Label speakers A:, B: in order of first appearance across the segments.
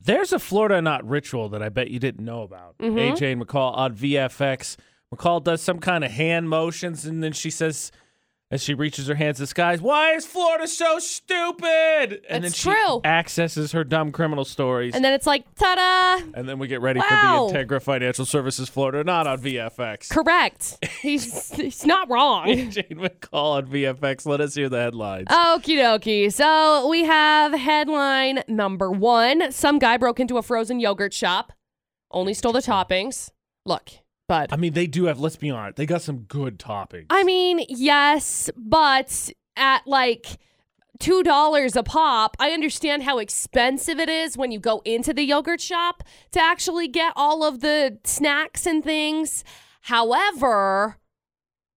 A: There's a Florida Not ritual that I bet you didn't know about.
B: Mm-hmm.
A: AJ and McCall on VFX. McCall does some kind of hand motions, and then she says, as she reaches her hands to the skies, "Why is Florida so stupid?" And then
B: It's
A: she
B: true.
A: accesses her dumb criminal stories,
B: And then it's like, ta da!
A: and then we get ready
B: Wow.
A: for the Integra Financial Services Florida Not on VFX.
B: Correct. He's, he's not wrong.
A: Jane McCall on VFX. Let us hear the headlines.
B: Okie dokie. So we have headline number one Some guy broke into a frozen yogurt shop, only stole the toppings. Look, but
A: I mean, they do have. Let's be honest. They got some good toppings.
B: I mean, yes, but at like two dollars a pop, I understand how expensive it is when you go into the yogurt shop to actually get all of the snacks and things. However,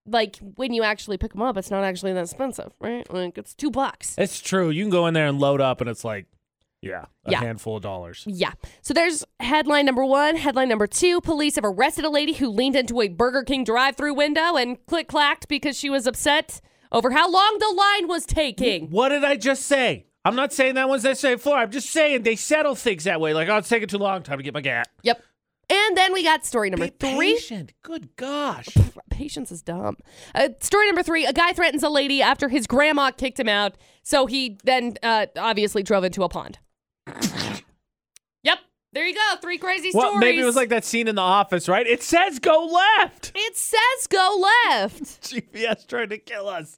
B: like when you actually pick them up, it's not actually that expensive, right? Like it's two bucks.
A: it's true. You can go in there and load up, and it's like, yeah, a
B: Yeah.
A: handful of dollars.
B: Yeah. So there's headline number one. Headline number two police have arrested a lady who leaned into a Burger King drive through window and click clacked because she was upset over how long the line was taking.
A: What did I just say? I'm not saying that one's necessarily floor. I'm just saying they settle things that way. Like, oh, it's taking too long time to get my gas.
B: Yep. And then we got story number
A: Be
B: three.
A: patient. Good gosh.
B: Patience is dumb. Uh, story number three a guy threatens a lady after his grandma kicked him out. So he then uh, obviously drove into a pond. yep. There you go. Three crazy
A: Well,
B: stories.
A: maybe it was like that scene in The Office, right? It says go left.
B: It says go left.
A: GPS trying to kill us.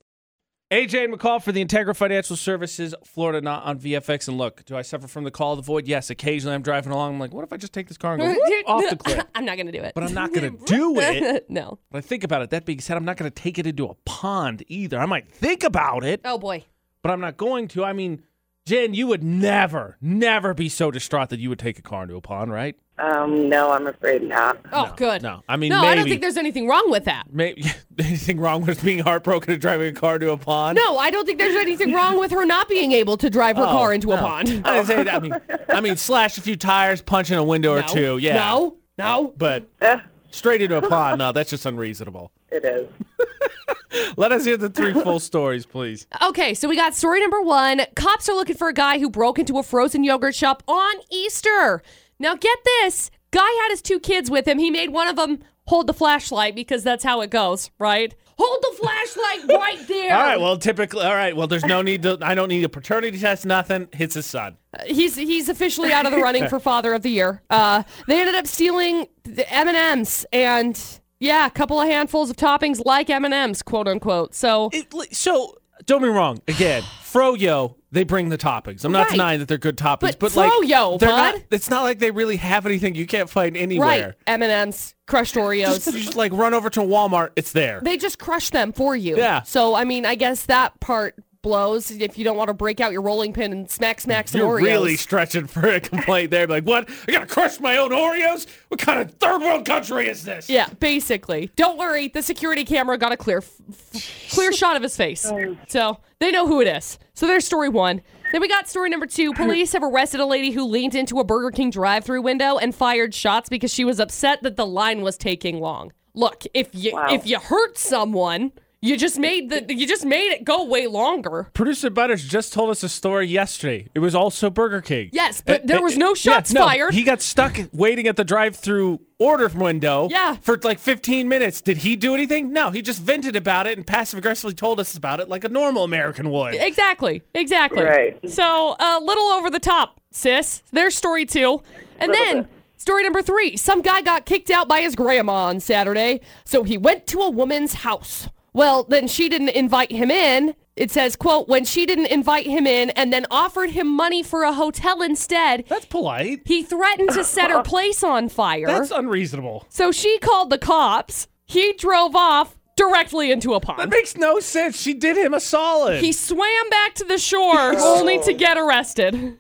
A: AJ and McCall for the Integra Financial Services, Florida, not on VFX. And look, do I suffer from the call of the void? Yes. Occasionally, I'm driving along. I'm like, what if I just take this car and go whoop off the cliff?
B: I'm not gonna do it.
A: But I'm not gonna do it.
B: no.
A: But I think about it. That being said, I'm not gonna take it into a pond either. I might think about it.
B: Oh boy.
A: but I'm not going to. I mean, Jen, you would never, never be so distraught that you would take a car into a pond, right?
C: Um, no, I'm afraid not.
B: Oh good.
A: no. I mean,
B: no. I don't
A: maybe.
B: think there's anything wrong with that.
A: Maybe anything wrong with being heartbroken and driving a car into a pond?
B: No, I don't think there's anything wrong with her not being able to drive her
A: Oh,
B: car into a
A: no.
B: pond.
A: I, didn't say that. I mean, I mean, slash a few tires, punch in a window or
B: No.
A: two. Yeah.
B: No. No.
A: But straight into a pond, no, that's just unreasonable.
C: It is.
A: Let us hear the three full stories, please.
B: Okay, so we got story number one. Cops are looking for a guy who broke into a frozen yogurt shop on Easter. Now, get this guy had his two kids with him. He made one of them hold the flashlight because that's how it goes, right? Hold the flashlight right there.
A: All right. Well, typically, all right. Well, there's no need to. I don't need a paternity test. Nothing. Hits his son.
B: He's he's officially out of the running for Father of the Year. Uh, they ended up stealing the M and M's and yeah, a couple of handfuls of toppings like M and M's, quote unquote. So
A: it, li- so don't be wrong. Again, Froyo, they bring the toppings. I'm not
B: Right.
A: denying that they're good toppings,
B: But
A: but, like
B: Froyo,
A: they're
B: bud.
A: not. It's not like they really have anything you can't find
B: right,
A: anywhere.
B: M and M's, crushed
A: You
B: Oreos.
A: just like run over to Walmart, it's there.
B: they just crush them for you.
A: Yeah.
B: So I mean, I guess that part blows if you don't want to break out your rolling pin and smack smack some
A: You're
B: Oreos.
A: really stretching for a complaint there. Like, what? I gotta crush my own Oreos? What kind of third world country is this?
B: yeah, basically. Don't worry, the security camera got a clear, f- f- clear shot of his face, so they know who it is. So there's story one. Then we got story number two. Police have arrested a lady who leaned into a Burger King drive-through window and fired shots because she was upset that the line was taking long. Look, if you if you hurt someone, you just made the you just made it go way longer.
A: Producer Butters just told us a story yesterday. It was also Burger King.
B: Yes, but
A: It-
B: there
A: it-
B: was no
A: yeah,
B: shots
A: no,
B: fired.
A: He got stuck waiting at the drive-through order window
B: Yeah.
A: for like 15 minutes. Did he do anything? No, he just vented about it and passive-aggressively told us about it like a normal American would.
B: Exactly. Exactly.
C: Right.
B: So a little over the top, sis. There's story two. And then story number three. Some guy got kicked out by his grandma on Saturday. So he went to a woman's house. Well, then she didn't invite him in. It says, quote, when she didn't invite him in and then offered him money for a hotel instead,
A: That's polite.
B: he threatened to set her place on fire.
A: That's unreasonable.
B: so she called the cops. He drove off directly into a
A: That
B: pond.
A: makes no sense. She did him a solid.
B: He swam back to the shore only to get arrested.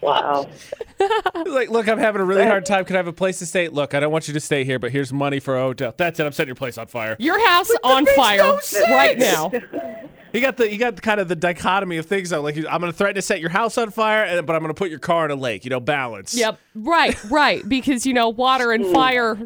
C: Wow.
A: like, look, I'm having a really hard time. Can I have a place to stay? Look, I don't want you to stay here, but here's money for a hotel. That's it. I'm setting your place on fire.
B: Your house on
A: makes
B: fire
A: no sense.
B: right now.
A: You got the you got kind of the dichotomy of things though. Like I'm going to threaten to set your house on fire, and, but I'm going to put your car in a lake. You know, balance.
B: Yep. Right, right. Because, you know, water
A: Mm.
B: and fire,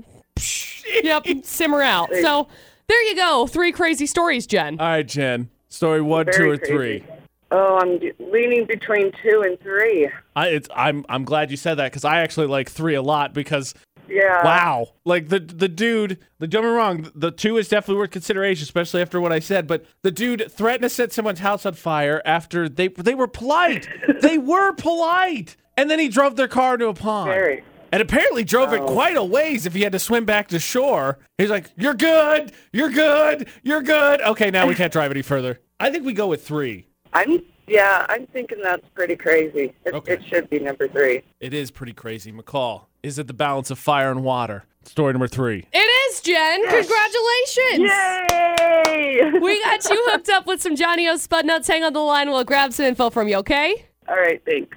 B: yep, simmer out. So there you go. Three crazy stories, Jen.
A: Uh, All right, Jen. Story one,
C: Very
A: two, or
C: crazy.
A: three.
C: Oh, I'm leaning between two and three.
A: I, it's, I'm I'm glad you said that because I actually like three a lot because
C: Yeah.
A: wow, like the the dude, the don't get me wrong, the two is definitely worth consideration, especially after what I said. But the dude threatened to set someone's house on fire after they they were polite, they were polite, and then he drove their car into a pond.
C: Very.
A: And apparently drove it quite a ways if he had to swim back to shore. He's like, You're good, you're good, you're good. Okay, now we can't drive any further. I think we go with three.
C: I'm. Yeah, I'm thinking that's pretty crazy. It,
A: Okay.
C: it should be number three.
A: It is pretty crazy. McCall, is it the balance of fire and water? Story number three.
B: It is, Jen. Congratulations.
C: Yay!
B: We got you hooked up with some Johnny O Spud Nuts. Hang on the line. We'll grab some info from you, okay?
C: All right, thanks.